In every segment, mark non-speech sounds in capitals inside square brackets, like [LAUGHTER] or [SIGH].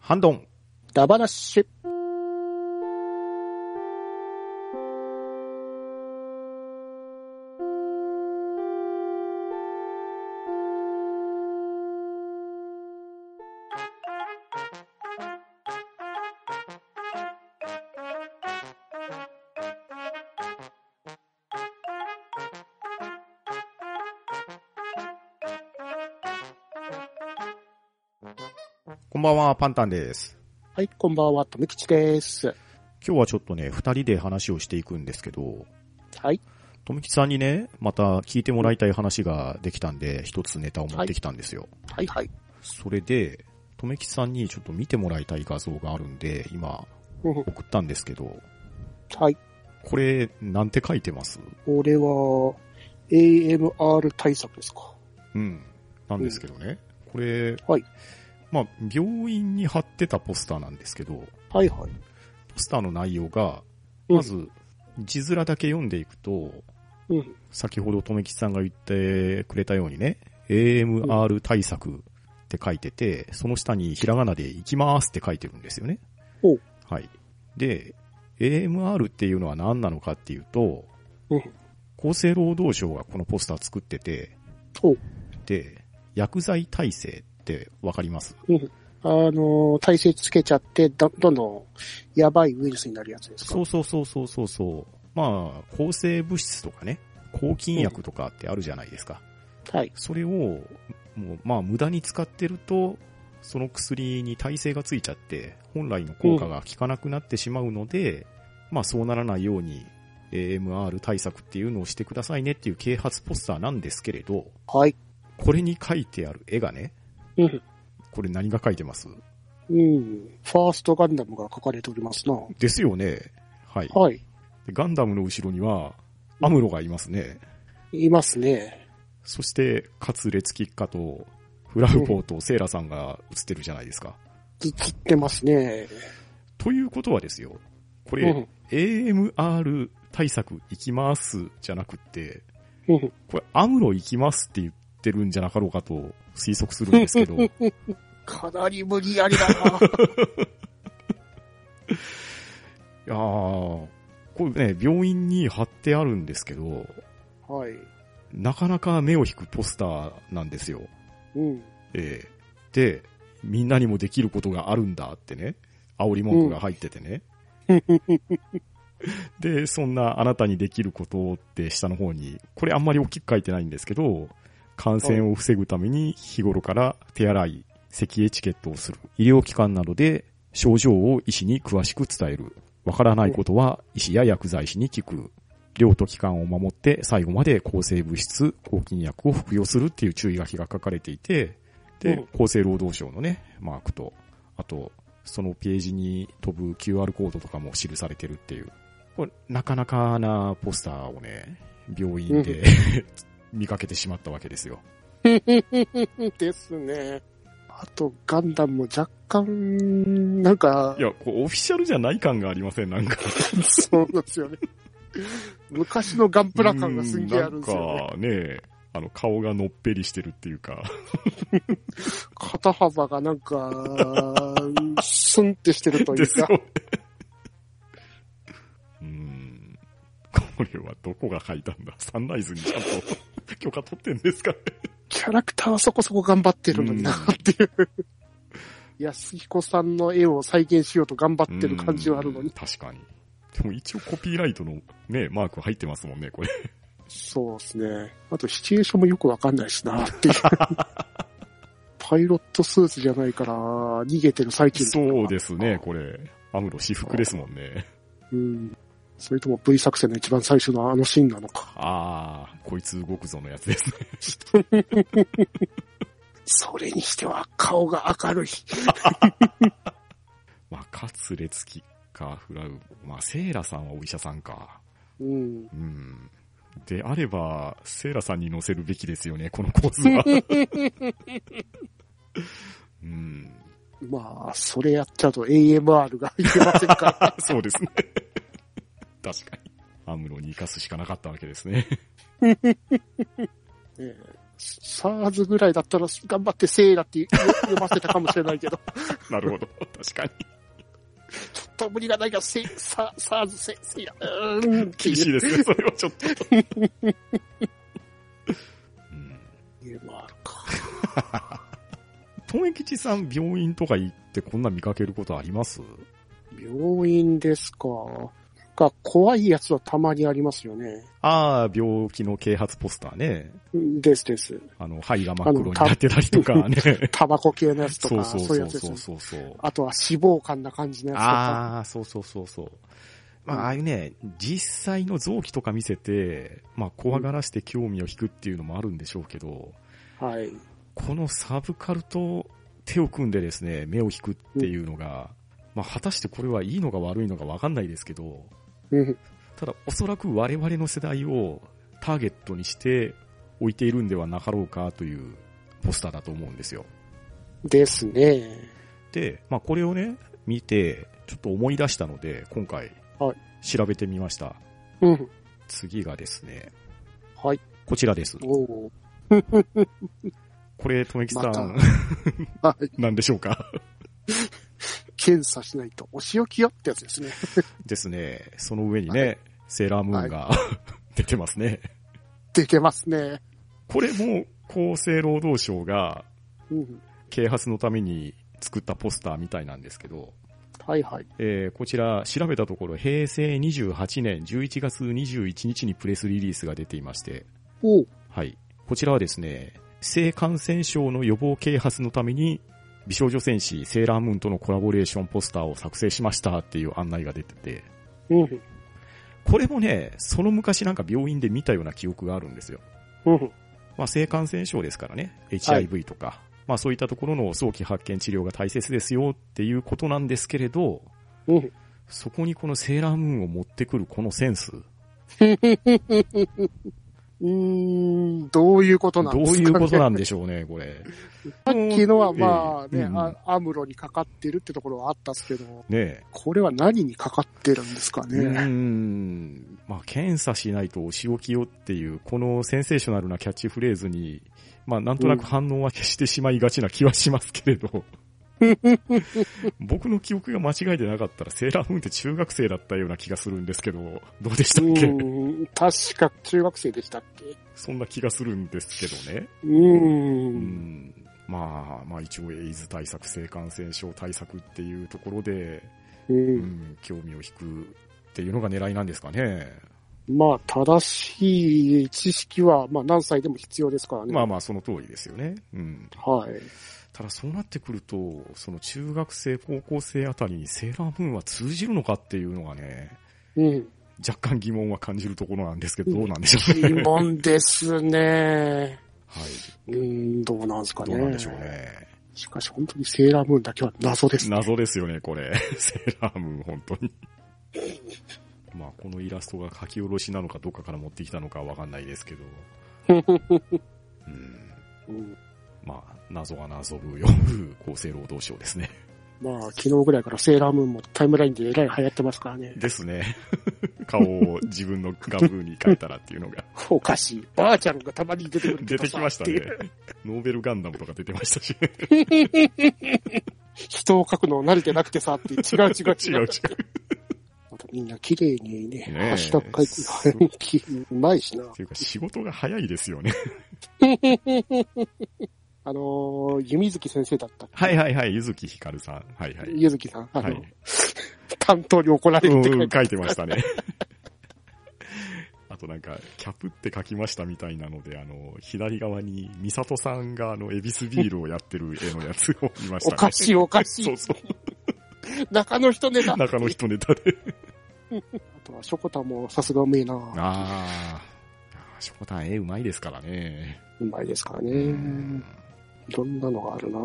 ハンドン。ダバナッシュ。こんばんは、パンタンです。はい、こんばんは、とめきちです。今日はちょっとね、二人で話をしていくんですけど、はい。とみきさんにね、また聞いてもらいたい話ができたんで、一つネタを持ってきたんですよ。はいはい。それで、とめきさんにちょっと見てもらいたい画像があるんで、今、うん送ったんですけど、はい。これ、なんて書いてますこれは、AMR 対策ですか。うん。なんですけどね。これ、はいまあ、病院に貼ってたポスターなんですけど、はいはポい。スターの内容が、うんまず、字面だけ読んでいくと、うん。先ほどとめきちさんが言ってくれたようにね、AMR 対策って書いてて、その下にひらがなで行きますって書いてるんですよね。おうはい。で、AMR っていうのは何なのかっていうと、うん厚生労働省がこのポスター作ってて、おうで、薬剤耐性ってわかりますあのー、体勢つけちゃって、どどんどん、やばいウイルスになるやつですか。そうそうそうそうそうそう。まあ、抗生物質とかね、抗菌薬とかってあるじゃないですか。はい。それを、もう、まあ、無駄に使ってると、その薬に耐性がついちゃって、本来の効果が効かなくなってしまうので、まあ、そうならないように、AMR 対策っていうのをしてくださいねっていう啓発ポスターなんですけれど、はい。これに書いてある絵がね、うん。これ何が書いてますうん。ファーストガンダムが書かれておりますな。ですよね。はい。はい。でガンダムの後ろには、アムロがいますね。いますね。そして、カツレツキッカと、フラウポーとセイラさんが映ってるじゃないですか。映ってますね。ということはですよ、こうれ、ん。 AMR 対策行きますじゃなくって、うん。これアムロ行きますって言ってるんじゃなかろうかと推測するんですけど、かなり無理やり [LAUGHS] だな。いやーこれね、病院に貼ってあるんですけど、はい。なかなか目を引くポスターなんですよ。うん。ええで、みんなにもできることがあるんだってね、煽り文句が入っててね。で、そんなあなたにできることって下の方に、これあんまり大きく書いてないんですけど、感染を防ぐために日頃から手洗い、咳エチケットをする。医療機関などで症状を医師に詳しく伝える。わからないことは医師や薬剤師に聞く。量と期間を守って最後まで抗生物質、抗菌薬を服用するっていう注意書きが書かれていて、で、厚生労働省のね、マークと、あと、そのページに飛ぶ QR コードとかも記されてるっていう。これ、なかなかなポスターをね、病院で、 [LAUGHS] 見かけてしまったわけですよ。ですね。あと、ガンダムも若干、なんかい、や、こう、オフィシャルじゃない感がありません、なんか。 [LAUGHS] そうなんで [LAUGHS] すよね。昔のガンプラ感がすんげえあるんですよなね。んかね、あの、顔がのっぺりしてるっていうか。肩幅がなんか、スンってしてるといでうすよか。ね。うーん。これはどこが書いたんだサンライズにちゃんと許可取ってんですかねキャラクターはそこそこ頑張ってるのになっていう。 [LAUGHS] 安彦さんの絵を再現しようと頑張ってる感じはあるのうにん。確かに。でも一応コピーライトのね、マーク入ってますもんね、これ。そうですね。あと、シチュエーションもよくわかんないし [LAUGHS] なっていう。パイロットスーツじゃないから、逃げてる最中とかそうですね、これ。アムロ私服ですもんね。うん。それとも V 作戦の一番最初のあのシーンなのか。あー、こいつ動くぞのやつですね。それにしては顔が明るい。まあ、カツレツキか、フラウ。まあ、セイラさんはお医者さんか。うん。うん。であれば、セイラさんに乗せるべきですよね、この構図は。 [LAUGHS] うん。まあ、それやっちゃうと AMR がいけません [LAUGHS] から。そうですね。確かに。アムロに生かすしかなかったわけですね。ね、SARS ぐらいだったら頑張ってせーだって読読ませたかもしれないけど、なるほど。確かに。ちょっと無理がないからせ、さ SARS せ、せや、うーんっ厳ていうしいですね、それはちょっと。うんゲームあるか。トメ吉さん、病院とか行ってこんな見かけることあります病院ですか。が怖いやつはたまにありますよね。ああ、病気の啓発ポスターね。ですです。あの、肺が真っ黒になってたりとかね。タバコ系のやつとそうか、そそううそいううやつそうです。そうそう。あとは脂肪肝な感じのやつとか。ああ、そうそうそうそう。まあ、ああいうね、実際の臓器とか見せて、まあ、怖がらして興味を引くっていうのもあるんでしょうけど、はい。このサブカルと手を組んでですね、目を引くっていうのが、まあ、果たしてこれはいいのか悪いのかわかんないですけど、うんただ、おそらく我々の世代をターゲットにして置いているんではなかろうかというポスターだと思うんですよ。ですね。で、まあ、これをね、見て、ちょっと思い出したので、今回はい、調べてみました。うん。次がですね、はい。こちらです。おーこれ、とめきさまん、たはい。なんでしょうか検査しないとお仕置きよってやつで [LAUGHS] すね。 [LAUGHS] ですね。その上にね、セーラームーンが、 [LAUGHS] 出てますね。できますね。これも、厚生労働省が、うん。啓発のために作ったポスターみたいなんですけど、はいはい。えーこちら、調べたところ、平成28年11月21日にプレスリリースが出ていまして、おうはい。こちらはですね、性感染症の予防啓発のために、美少女戦士セーラームーンとのコラボレーションポスターを作成しましたっていう案内が出てて、うん。これもね、その昔なんか病院で見たような記憶があるんですよ。うん。まあ、性感染症ですからね、HIV とか、まあそういったところの早期発見治療が大切ですよっていうことなんですけれど、うん。そこにこのセーラームーンを持ってくるこのセンス、うーん、どういうことなどんうですか、いね、うことなんでしょうね、これ。 [LAUGHS] さっきのはまあええね、うんあアムロにかかってるってところはあったっすけど、ねえ。これは何にかかってるんですかうーね。ん。まあ、検査しないとお仕置きよっていう、このセンセーショナルなキャッチフレーズに、まあ、なんとなく反応は消してしまいがちな気はしますけれど。僕の記憶が間違いでなかったら、セーラームーンって中学生だったような気がするんですけど、どうでしたうっけ、ん、確か中学生でしたっけそんな気がするんですけどね。うー。うんん。まあ、まあ一応エイズ対策、性感染症対策っていうところで、う、うんん、興味を引くっていうのが狙いなんですかね。まあ、正しい知識は、まあ、何歳でも必要ですからね。まあまあ、その通りですよね。うん。はい。ただそうなってくると、その中学生、高校生あたりにセーラームーンは通じるのかっていうのがね、うん。若干疑問は感じるところなんですけど、どうなんでしょうね。疑問ですね。はい。うん、どうなんですかね。どうなんでしょう。ね。しかし、本当にセーラームーンだけは謎ですね。謎ですよね、これ。セーラームーン、本当に。まあ、このイラストが書き下ろしなのかどっかから持ってきたのかわかんないですけど。うん。うんまあ、謎が謎ぶ読む厚生労働省ですね。まあ、昨日ぐらいからセーラームーンもタイムラインでえらい流行ってますからね。ですね。顔を自分の画風に描いたらっていうのが。おかしい。バーチャルがたまに出てく [LAUGHS] る。出てきましたね。。 [LAUGHS] ノーベルガンダムとか出てま [LAUGHS] したし。人を描くの慣れてなくてさって、違う違う違違う違う。う。またみんな綺麗にね、ねえハッシュタグ書いて、 [LAUGHS] うまいしなっ。ていうか仕事が早いですよね。あのー、弓月先生だった。はいはいはい、ゆずきひかるさん。はいはい。弓月さん、あは [LAUGHS] の、い。担当に怒られうるって書んういんて、書いてましたね。 [LAUGHS] あとなんか、キャプって書きましたみたいなので、あの、左側に、ミサトさんがあの、エビスビールをやってる絵のやつを見ましたおね。かしいおかしそうい。そう。中の人ネタ。あ中の人ネタで。とは、ショコタンもさすがうめえな。ああ。しょこたん絵うまいですからね。うまいですからうねん。いろんなのがあ [LAUGHS] るな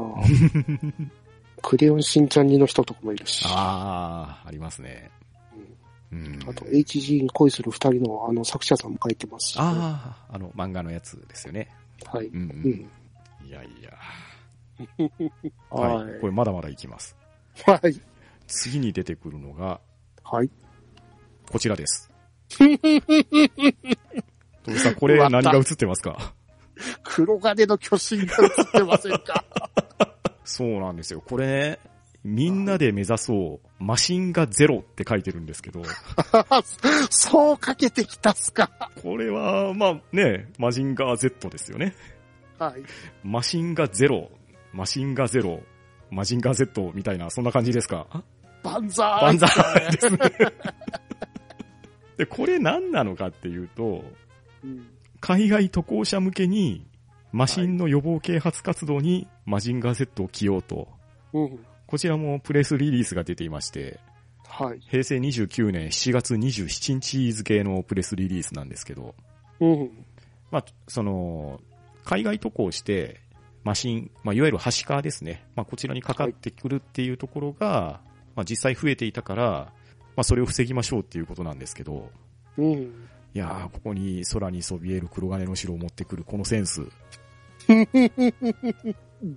クレヨンしんちゃんにの人とかもいるし。ああ、ありますね。うんあと、HG に恋する二人のあの作者さんも書いてますし、ああ、あの、漫画のやつですよね。はい。うんううんん。いやいや。ははい。これまだまだいきます。い。はい。次に出てくるのが、はい。こ [LAUGHS] ちらです。トルさん、これ終わ何ったが映ってますか黒金の巨神が映ってませんか [LAUGHS] そうなんですよ。これね、みんなで目指そう、マシンがゼロって書いてるんですけど、そうかけてきたっすか。これは、まあね、マジンガー Z ですよね。はい。マシンガゼロ、マシンガゼロ、マジンガ Z みたいな、そんな感じですか。万歳。万歳ですね。 [LAUGHS] で、これ何なのかっていうと、うん海外渡航者向けに、マシンの予防啓発活動にマジンガー Z を起用と、うん。こちらもプレスリリースが出ていまして、はい。平成29年7月27日付のプレスリリースなんですけど、うん。まあ、その、海外渡航して、マシン、まあ、いわゆるハシカですね。まあ、こちらにかかってくるっていうところが、まあ、実際増えていたから、まあ、それを防ぎましょうっていうことなんですけど、うん。いやー、ここに空にそびえる黒金の城を持ってくるこのセンス。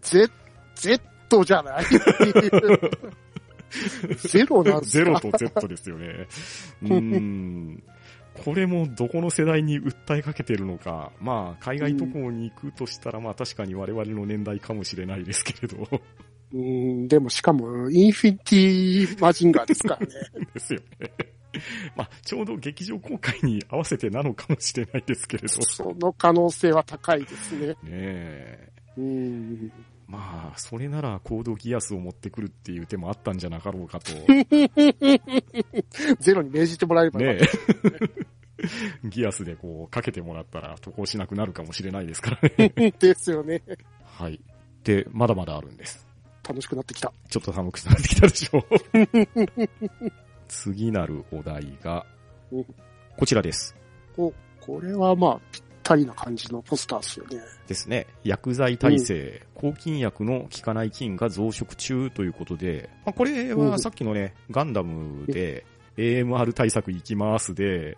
ゼ、ゼットじゃ [LAUGHS] ないゼロなんすかゼロと Z ですよね。うーん。これもどこの世代に訴えかけてるのか。まあ、海外渡航に行くとしたら、まあ確かに我々の年代かもしれないですけれど。 [LAUGHS] うん、でもしかも、インフィニティマジンガーですからね。ですよね。まあ、ちょうど劇場公開に合わせてなのかもしれないですけれど。その可能性は高いですね。ねえ。うん。まあ、それならコードギアスを持ってくるっていう手もあったんじゃなかろうかと。ゼロに命じてもらえればよかっねたえ。ギアスでこう、かけてもらったら渡航しなくなるかもしれないですからね。ですよね。はい。で、まだまだあるんです。楽しくなってきた。ちょっと寒くなってきたでしょう。次なるお題がお、こちらです。お、これはまあ、ぴったりな感じのポスターですよね。ですね。薬剤耐性、抗菌薬の効かない菌が増殖中ということで、まあ、これはさっきのね、ガンダムで AMR 対策いきますで、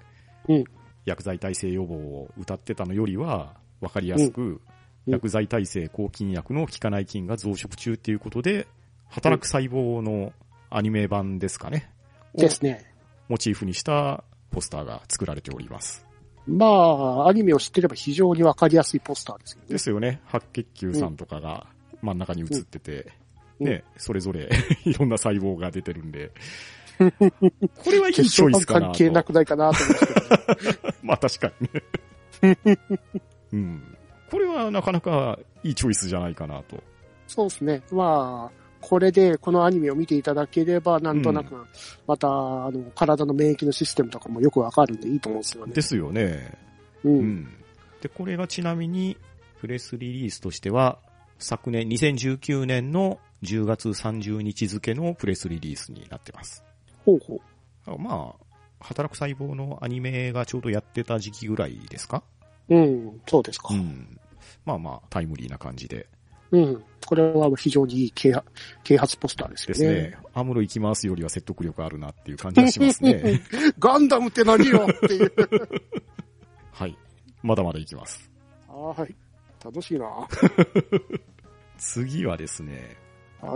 うん薬剤耐性予防を歌ってたのよりは、わかりやすく、うん薬剤耐性、抗菌薬の効かない菌が増殖中っていうことで、働く細胞のアニメ版ですかね。をですね。モチーフにしたポスターが作られております。まあ、アニメを知ってれば非常にわかりやすいポスターですよね。ですよね。白血球さんとかが真ん中に映ってて、うんね、それぞれ [LAUGHS] いろんな細胞が出てるん [LAUGHS] で。これはいいチョイスかな関係なと。くないかなと思うんですけど。 [LAUGHS] まあ確かにね。 [LAUGHS] うん。これはなかなかいいチョイスじゃないかなと。そうですね。まあ、これでこのアニメを見ていただければ、なんとなく、また、あの、体の免疫のシステムとかもよくわかるんでいいと思うんですよね。ですよね。う。うんん。で、これがちなみに、プレスリリースとしては、昨年2019年の10月30日付のプレスリリースになってます。ほうほう。まあ、働く細胞のアニメがちょうどやってた時期ぐらいですかうん、そうですか。ん。まあまあ、タイムリーな感じで。うん。これは非常にいい啓発啓発ポスターですでよすね。ね。アムロ行きますよりは説得力あるなっていう感じがします [LAUGHS] ね。ガンダムって何よっていう。はい。まだまだ行きます。 [LAUGHS] はい。楽しいな。は次はですね、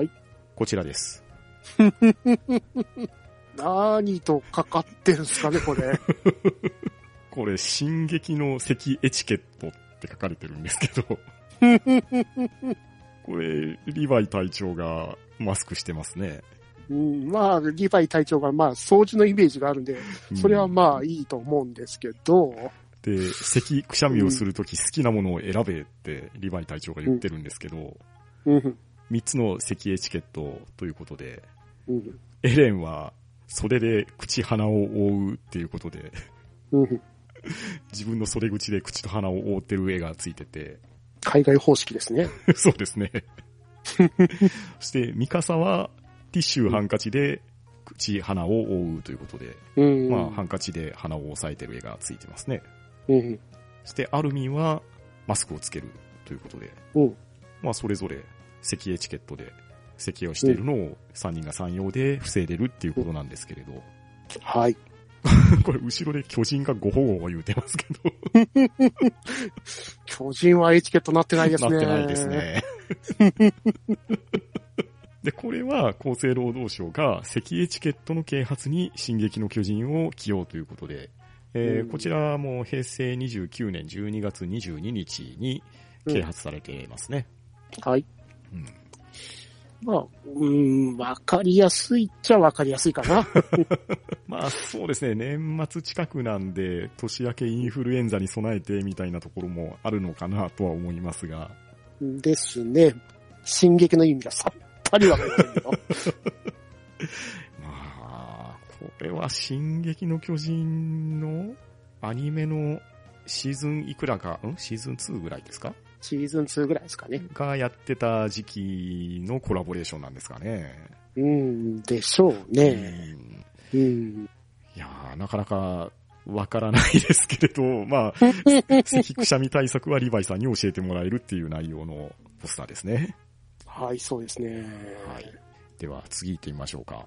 い。こちらです。何とかかってんすかね、こ [LAUGHS] れ。これ、進撃の席エチケットって書かれてるんですけ [LAUGHS] ど。これ、リヴァイ隊長がマスクしてますね。うん、まあ、リヴァイ隊長が、まあ、掃除のイメージがあるんで、それはまあ、いいと思うんですけど、で、咳、くしゃみをするとき好きなものを選べってリヴァイ隊長が言ってるんですけど、うん、三3つの咳エチケットということで、うん、エレンは袖で口鼻を覆うっていうことで、うん。自分の袖口で口と鼻を覆ってる絵がついてて、 [LAUGHS] 海外方式ですね。そうですね。 [LAUGHS] そして、ミカサはティッシュハンカチで口鼻を覆うということで、うん。まあ、ハンカチで鼻を押さえてる絵がついてますね。うん、そして、アルミンはマスクをつけるということで、うん。まあ、それぞれ、席エチケットで、席をしているのを3人が3用で防いでるっていうことなんですけれど、 [LAUGHS] はい。これ、後ろで巨人がご保護を言うてますけど、巨人はエチケットなってないですね。なってないです。 [LAUGHS] ね。で、これは厚生労働省が席エチケットの啓発に進撃の巨人を起用ということで、えーうんこちらも平成29年12月22日に啓発されていますね。はい。うんまあ、うん、わかりやすいっちゃわかりやすい [LAUGHS] かな。まあそうですね、年末近くなんで、年明けインフルエンザに備えてみたいなところもあるのかなとは思いますが、ですね。進撃の意味がさっぱりわかりません [LAUGHS] けど。まあ、これは進撃の巨人のアニメのシーズンいくらか、んシーズン2ぐらいですかシーズン2ぐらいですかね。がやってた時期のコラボレーションなんですかね。うん、でしょうね。うんうん。いやー、なかなかわからないですけれど、 [LAUGHS] まあ、咳くしゃみ対策はリヴァイさんに教えてもらえるっていう内容のポスターですね。はい、そうですね。はい。では、次行ってみましょうか。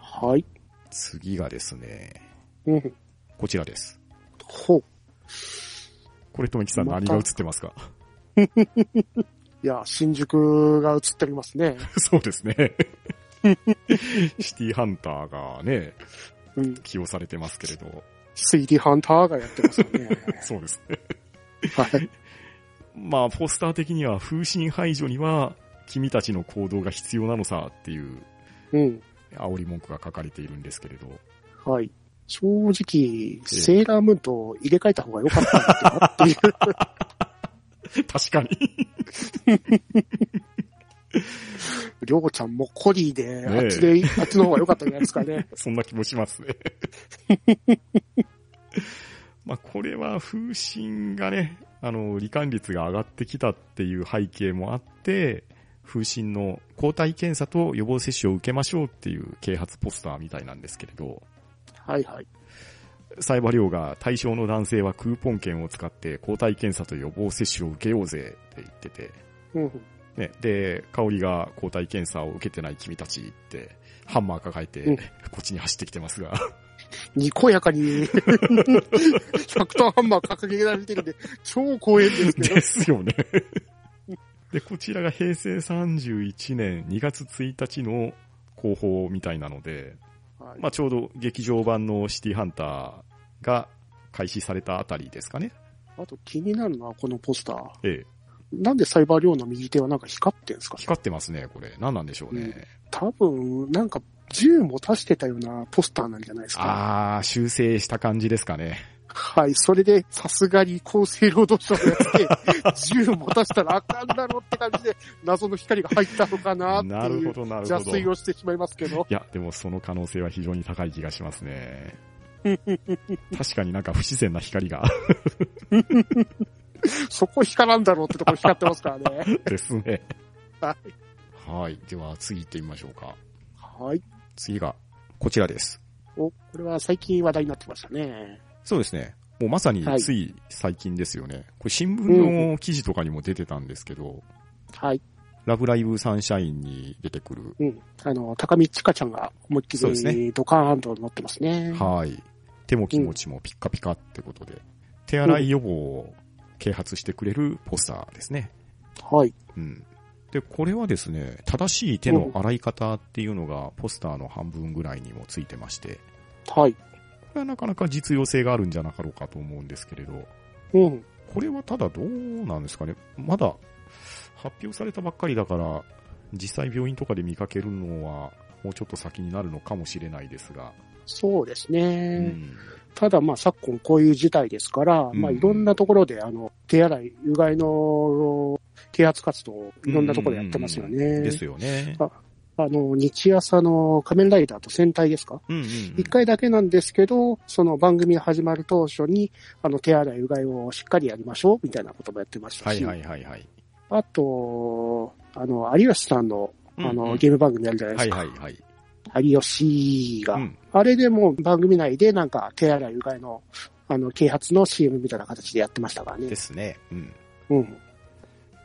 はい。次がですね、うん。こちらです。ほう。これ、とめきさんまた何が映ってますか [LAUGHS] いや、新宿が映っておりますね。そうですね。 [LAUGHS] シティハンターがね、うん。起用されてますけれど、推理ハンターがやってますよね。そうですね。はい。まあ、ポスター的には風神排除には君たちの行動が必要なのさっていううん。煽り文句が書かれているんですけれど、はい。正直、セーラームーンと入れ替えた方が良かったのかなっていう。確かに。りょうちゃんもコリーで、ねえあっちで、あっちの方が良かったんじゃないですかね。 [LAUGHS] そんな気もしますね。 [LAUGHS] まあ、これは風神がね、あの、罹患率が上がってきたっていう背景もあって、風疹の抗体検査と予防接種を受けましょうっていう啓発ポスターみたいなんですけれど、はいはい。サイバリオが対象の男性はクーポン券を使って抗体検査と予防接種を受けようぜって言ってて、うん。ね、で、香りが抗体検査を受けてない君たちって、ハンマー抱えて、うんこっちに走ってきてますが、にこやかに、100トンハンマー掲げられてるんで、超光栄ですけどで。すよね。 [LAUGHS] で、こちらが平成31年2月1日の広報みたいなので、はいまあちょうど劇場版のシティハンターが開始されたあたりですかね。あと気になるのはこのポスター。ええ、なんでサイバー量の右手はなんか光ってんですか光ってますね、これ。何なんでしょうね。うん多分、なんか銃も足してたようなポスターなんじゃないですか。あー、修正した感じですかね。はい。それで、さすがに厚生労働省がやって、銃も足したらあかんだろって感じで、謎の光が入ったのかななっているほど、うなる邪ほど。推をしてしまいますけど。いや、でもその可能性は非常に高い気がしますね。 [LAUGHS] 確かになんか不自然な光が [LAUGHS] そこ光らんだろうってところ光ってますか [LAUGHS] らね。ですね。ははい。では次行ってみましょうか。はい。次が、こちらです。お、これは最近話題になってましたね。そうですね。もうまさにはいつい最近ですよね。これ新聞の記事とかにも出てたんですけど、はい。ラブライブサンシャインに出てくる。うん。あの、高見千佳ちゃんが思いっきそうですねりドカーンと乗ってますね。はい。手も気持ちもピッカピカってことで、手洗い予防を啓発してくれるポスターですね。はい。うん。で、これはですね、正しい手の洗い方っていうのがポスターの半分ぐらいにもついてまして、はい。これはなかなか実用性があるんじゃなかろうかと思うんですけれど、うん。これはただどうなんですかね。まだ発表されたばっかりだから、実際病院とかで見かけるのはもうちょっと先になるのかもしれないですが。そうですね。うん。ただまあ昨今こういう事態ですから、うんまあいろんなところであの手洗い、うがいの啓発活動をいろんなところでやってますよね。ですよね。あの、日朝の仮面ライダーと戦隊ですかうんうんうん一、回だけなんですけど、その番組始まる当初に、あの手洗い、うがいをしっかりやりましょうみたいなこともやってましたはし、いはいはいはい。あと、あの、有吉さんのあの、うんうんゲーム番組あるじゃないではすいか。はいはい。有吉が、うんあれでもう番組内でなんか手洗いうがいの、あの、啓発の CM みたいな形でやってましたからねで。すね。うん。うん。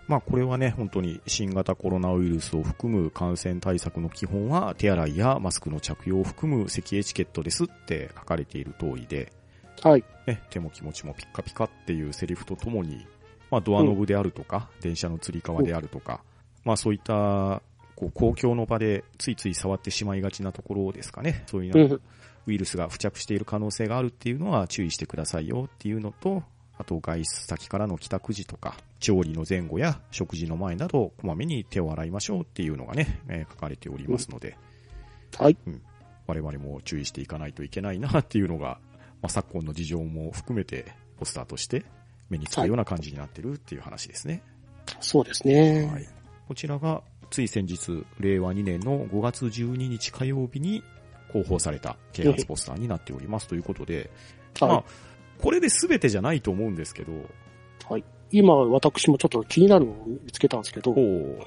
まあこれはね、本当に新型コロナウイルスを含む感染対策の基本は手洗いやマスクの着用を含む咳エチケットですって書かれている通りで、はい。ね、手も気持ちもピッカピカっていうセリフとともに、まあ、ドアノブであるとか、電車のつり革であるとか、まあ、そういった構公共の場でついつい触ってしまいがちなところですかね。そういううなんかん。ウイルスが付着している可能性があるっていうのは注意してくださいよっていうのと、あと外出先からの帰宅時とか、調理の前後や食事の前など、こまめに手を洗いましょうっていうのがね、えー書かれておりますので、はい。我々も注意していかないといけないなっていうのが、 [LAUGHS] まあ、昨今の事情も含めてポスターとして目につくような感じになってるっていう話ですね。そうですね。はい。こちらが、つい先日、令和2年の5月12日火曜日に広報された啓発ポスターになっておりますということで、はいまあ、これで全てじゃないと思うんですけど、今、私もちょっと気になるのを見つけたんですけど、ちょほ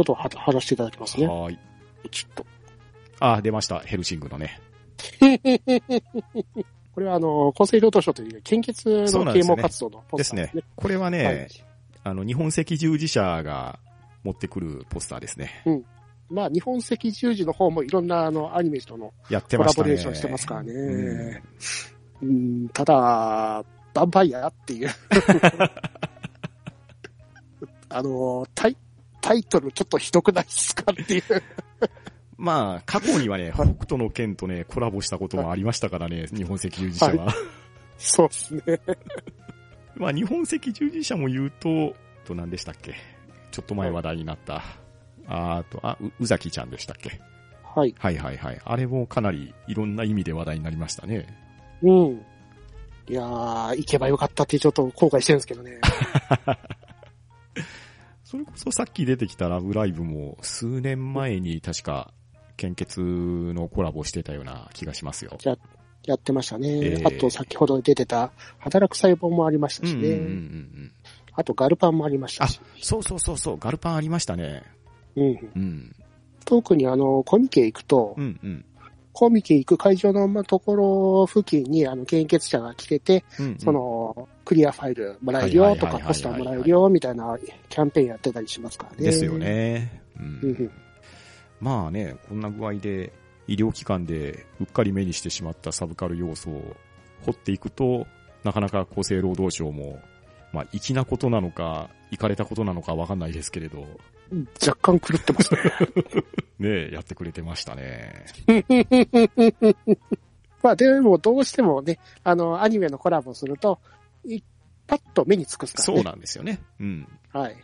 っとは話していただきますう、ね。はーい。ちょっと。あ、出ました。ヘルシングのね。これは、あの、厚生労働省という献血そうなのんで啓すね蒙活動のポでスすターでねすね。。これはね、はいあの、日本赤十字社が持ってくるポスターですね。まあ、日本赤十字の方もいろんなあのアニメとのやってコまラしたね。ボレーションしてますからうんね。うん、ただ、ヴァンパイアって [LAUGHS] いう。あの、タイ、タイトルちょっとひどくないですかっていう。まあ、過去にはね、北斗の剣とね、コラボしたこともありましたからね、日本赤十字社は。そうですね。 [LAUGHS] まあ、日本赤十字社も言うと、と何でしたっけちょっと前話題になった。あーと、あ、う、うざきちゃんでしたっけはい。はいはいはい。あれもかなりいろんな意味で話題になりましたね。うん。いやー、行けばよかったってちょっと後悔してるんですけど [LAUGHS] ね。それこそさっき出てきたラブライブも数年前に確か献血のコラボしてたような気がしますよ。やってましたね。ええあと、先ほど出てた、働く細胞もありましたうんうんうんしね。うん。あと、ガルパンもありましたし。そうそうそうそう、ガルパンありましたね。うん。うん。特にあの、コミケ行くと、うんうん。コミケ行く会場のまところ付近に、あの、献血者が来てて、うんうんそ、の、クリアファイルもらえるよとはいはいはいはいか、はいポスターもらえるよみたいなキャンペーンやってたりしますからね。ですよ。ね。うんうんうん。まあね、こんな具合で医療機関でうっかり目にしてしまったサブカル要素を掘っていくと、なかなか厚生労働省も、まあ、粋なことなのか、いかれたことなのかわかんないですけれど、若干狂ってますね。ねえやってくれてましたね。 [LAUGHS] まあ、でも、どうしてもね、あの、アニメのコラボすると、いパッと目につくっすからそうね。なんですよね。うん。はい。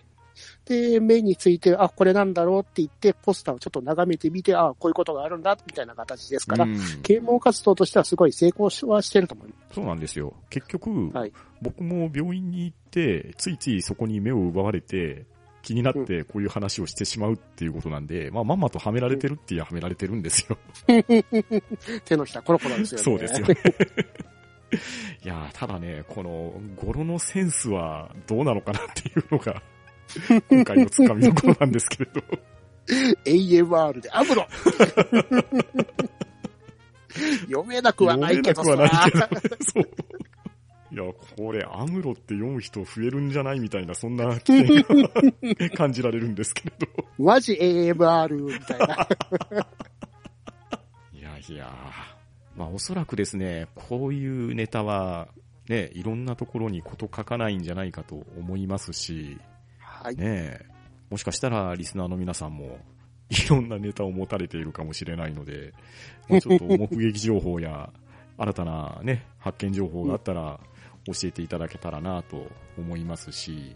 で、目について、あ、これなんだろうって言って、ポスターをちょっと眺めてみて、あ、こういうことがあるんだ、みたいな形ですから、うん啓蒙活動としてはすごい成功はしてると思います。そうなんですよ。結局、はい僕も病院に行って、ついついそこに目を奪われて、気になってこういう話をしてしまうっていうことなんで、まあまんまとはめられてるっていうはめられてるんですよ。手のひらコロコロですよね。そうですよね。 [LAUGHS] いやーただね、この、語呂のセンスはどうなのかなっていうの [LAUGHS] が、今回のつかみどころなんですけれど。 AMR でアムロ [LAUGHS] 読めなくはないけど読めなくはないさけ。そう。いや、これ、アムロって読む人増えるんじゃないみたいな、そんな危険が感じられるんですけれど。マジ AMR みたいな。いやいや、まあおそらくですね、こういうネタは、ね、いろんなところにこと書かないんじゃないかと思いますし、はい。ねえ、もしかしたらリスナーの皆さんも、いろんなネタを持たれているかもしれないので、まあちょっと目撃情報や、新たなね、発見情報があったら、教えていただけたらなと思いますし、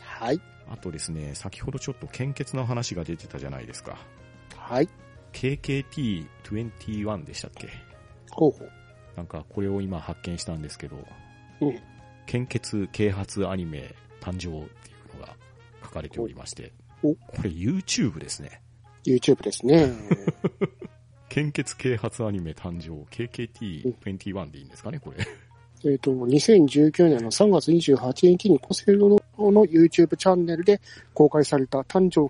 はい。あとですね、先ほどちょっと献血の話が出てたじゃないですか。はい。 KKT21 でしたっけほうほう。なんかこれを今発見したんですけど、うん献血啓発アニメ誕生っていうのが書かれておりまして、おこれ YouTube ですね。 YouTube ですね。献血啓発アニメ誕生 KKT21 でいいんですかね、これ。えっと、2019年の3月28日に厚生労働の YouTube チャンネルで公開された誕生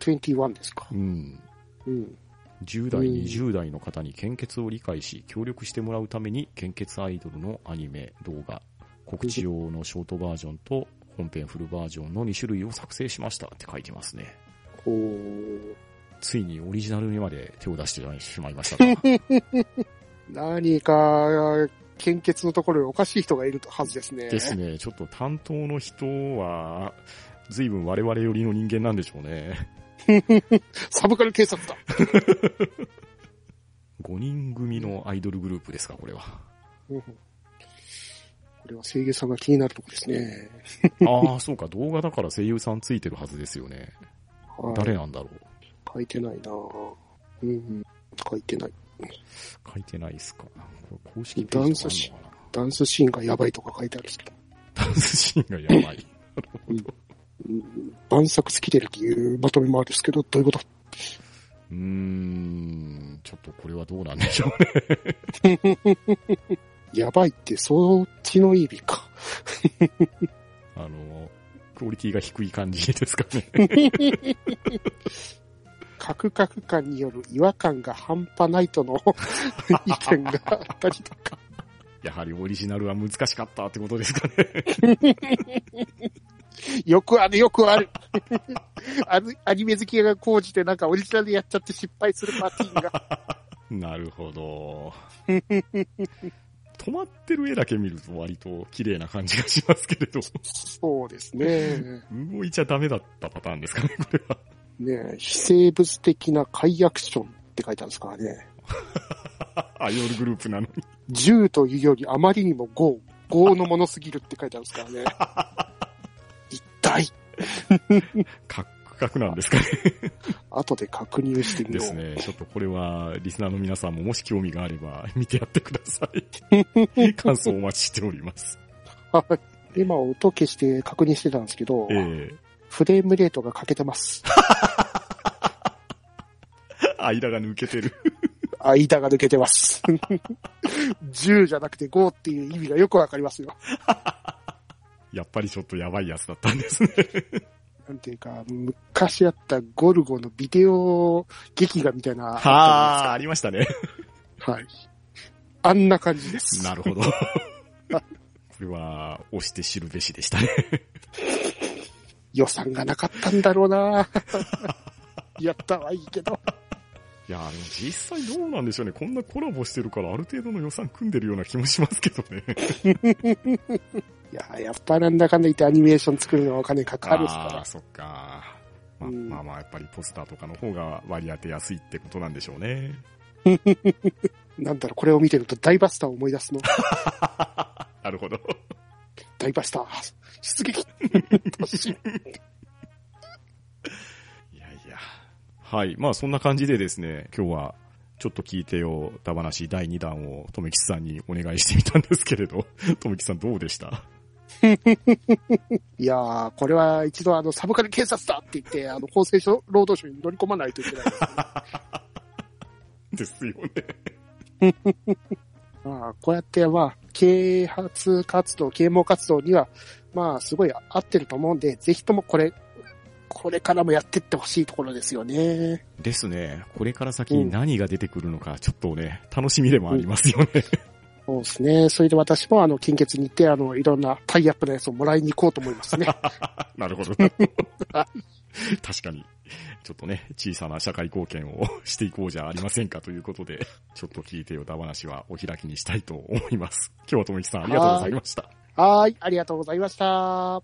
KKT21 ですか。うん。うん。 10代、うん20代の方に献血を理解し、協力してもらうために献血アイドルのアニメ、動画、告知用のショートバージョンと本編フルバージョンの2種類を作成しましたって書いてますね。こう、ついにオリジナルにまで手を出してしまいましたが。何か、献血のところにおかしい人がいるはずですね。ですね。ちょっと担当の人は、随分我々寄りの人間なんでしょうね。サブカル警察だ。 5人組のアイドルグループですか、これは。うんこれは声優さんが気になるとこですね。 [LAUGHS] ああ、そうか、動画だから声優さんついてるはずですよね。はい誰なんだろう。書いてないなぁうんうん。書いてない。書いてないっすか。これ公式ペダンースジシとかあんのかダンスシーンがやばいとか書いてあるんですけど。なダンスシーンがやばい。うん万作尽きてるっていうまとめもあるんですけど、どういうことうーん、ちょっとこれはどうなんでしょうね。やばいって、そっちの意味か。あの、クオリティが低い感じですか [LAUGHS] ね。カクカク感による違和感が半端ないと [LAUGHS] の意見があったりとか。やはりオリジナルは難しかったってことですかね。よくある、よくある。 [LAUGHS] あるアニメ好きが講じてなんかオリジナルでやっちゃって失敗するパーティーが。なるほど。止まってる絵だけ見ると割と綺麗な感じがしますけれど、そうですね。動いちゃダメだったパターンですかね、 [LAUGHS] これは。ねえ非生物的な解アクションって書いてあるんですからね。アイドルグループなのに。 10というよりあまりにも5。5のものすぎるって書いてあるんですか [LAUGHS] らね。一体、カックカクなんですかね。後で確認してみでよすう。ね。ちょっとこれは、リスナーの皆さんももし興味があれ [LAUGHS] ば、見てやってくださ [LAUGHS] い。感想お待ちしております。はい今、音消して確認してたんですけど、ええフレームレートが欠け [LAUGHS] てます。間が抜けてる。 [LAUGHS] 間が抜けてます。10じゃなくて5っていう意味がよくわかりますよ。やっぱりちょっとやばいやつだったんですね。なんていうか、昔あったゴルゴのビデオ劇画みたいな。は [LAUGHS] [LAUGHS] あ、ありましたね。はい。あんな感じです。なるほど。こ [LAUGHS] れは、押して知るべしでしたね。 [LAUGHS] 予算がなかったんだろうな [LAUGHS] やったはいいけど。いやーでも実際どうなんでしょうね。こんなコラボしてるから、ある程度の予算組んでるような気もしますけどね。いや、やっぱなんだかんだ言ってアニメーション作るのはお金かかるっす [LAUGHS] かあらあ、。そっか。まあうんまあまあ、やっぱりポスターとかの方が割り当てやすいってことなんでしょうね。なんだろう、これを見てると大バスターを思い出すの。なるほど。大バスター、出撃突進いやいや。はい。まあそんな感じでですね、今日は、ちょっと聞いてよ、だ話第2弾を、とめきさんにお願いしてみたんですけれど、 [LAUGHS] とめきさんどうでした [LAUGHS] [LAUGHS] いやー、これは一度あの、サブカル警察だって言って、あの、厚生省労働省に乗り込まないといけない。ですよね。まあ、こうやって、まあ、啓発活動、啓蒙活動には、まあ、すごい合ってると思うんで、ぜひともこれ、これからもやってってほしいところですよね。ですね。これから先に何が出てくるのか、ちょっとね、楽しみでもありますよね。そうですね。それで私も、あの、献血に行って、あの、いろんなタイアップのやつをもらいに行こうと思いますね。 [LAUGHS] なるほど。 [LAUGHS] 確かに。ちょっとね、小さな社会貢献をしていこうじゃありませんかということで、ちょっと聞いてよだ話はお開きにしたいと思います。今日はともきさんありがとうございました。はーい、ありがとうございました。は、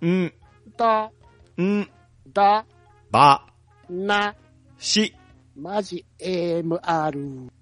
うん、だ、うん、だ、ば、な、し、まじ、AMR。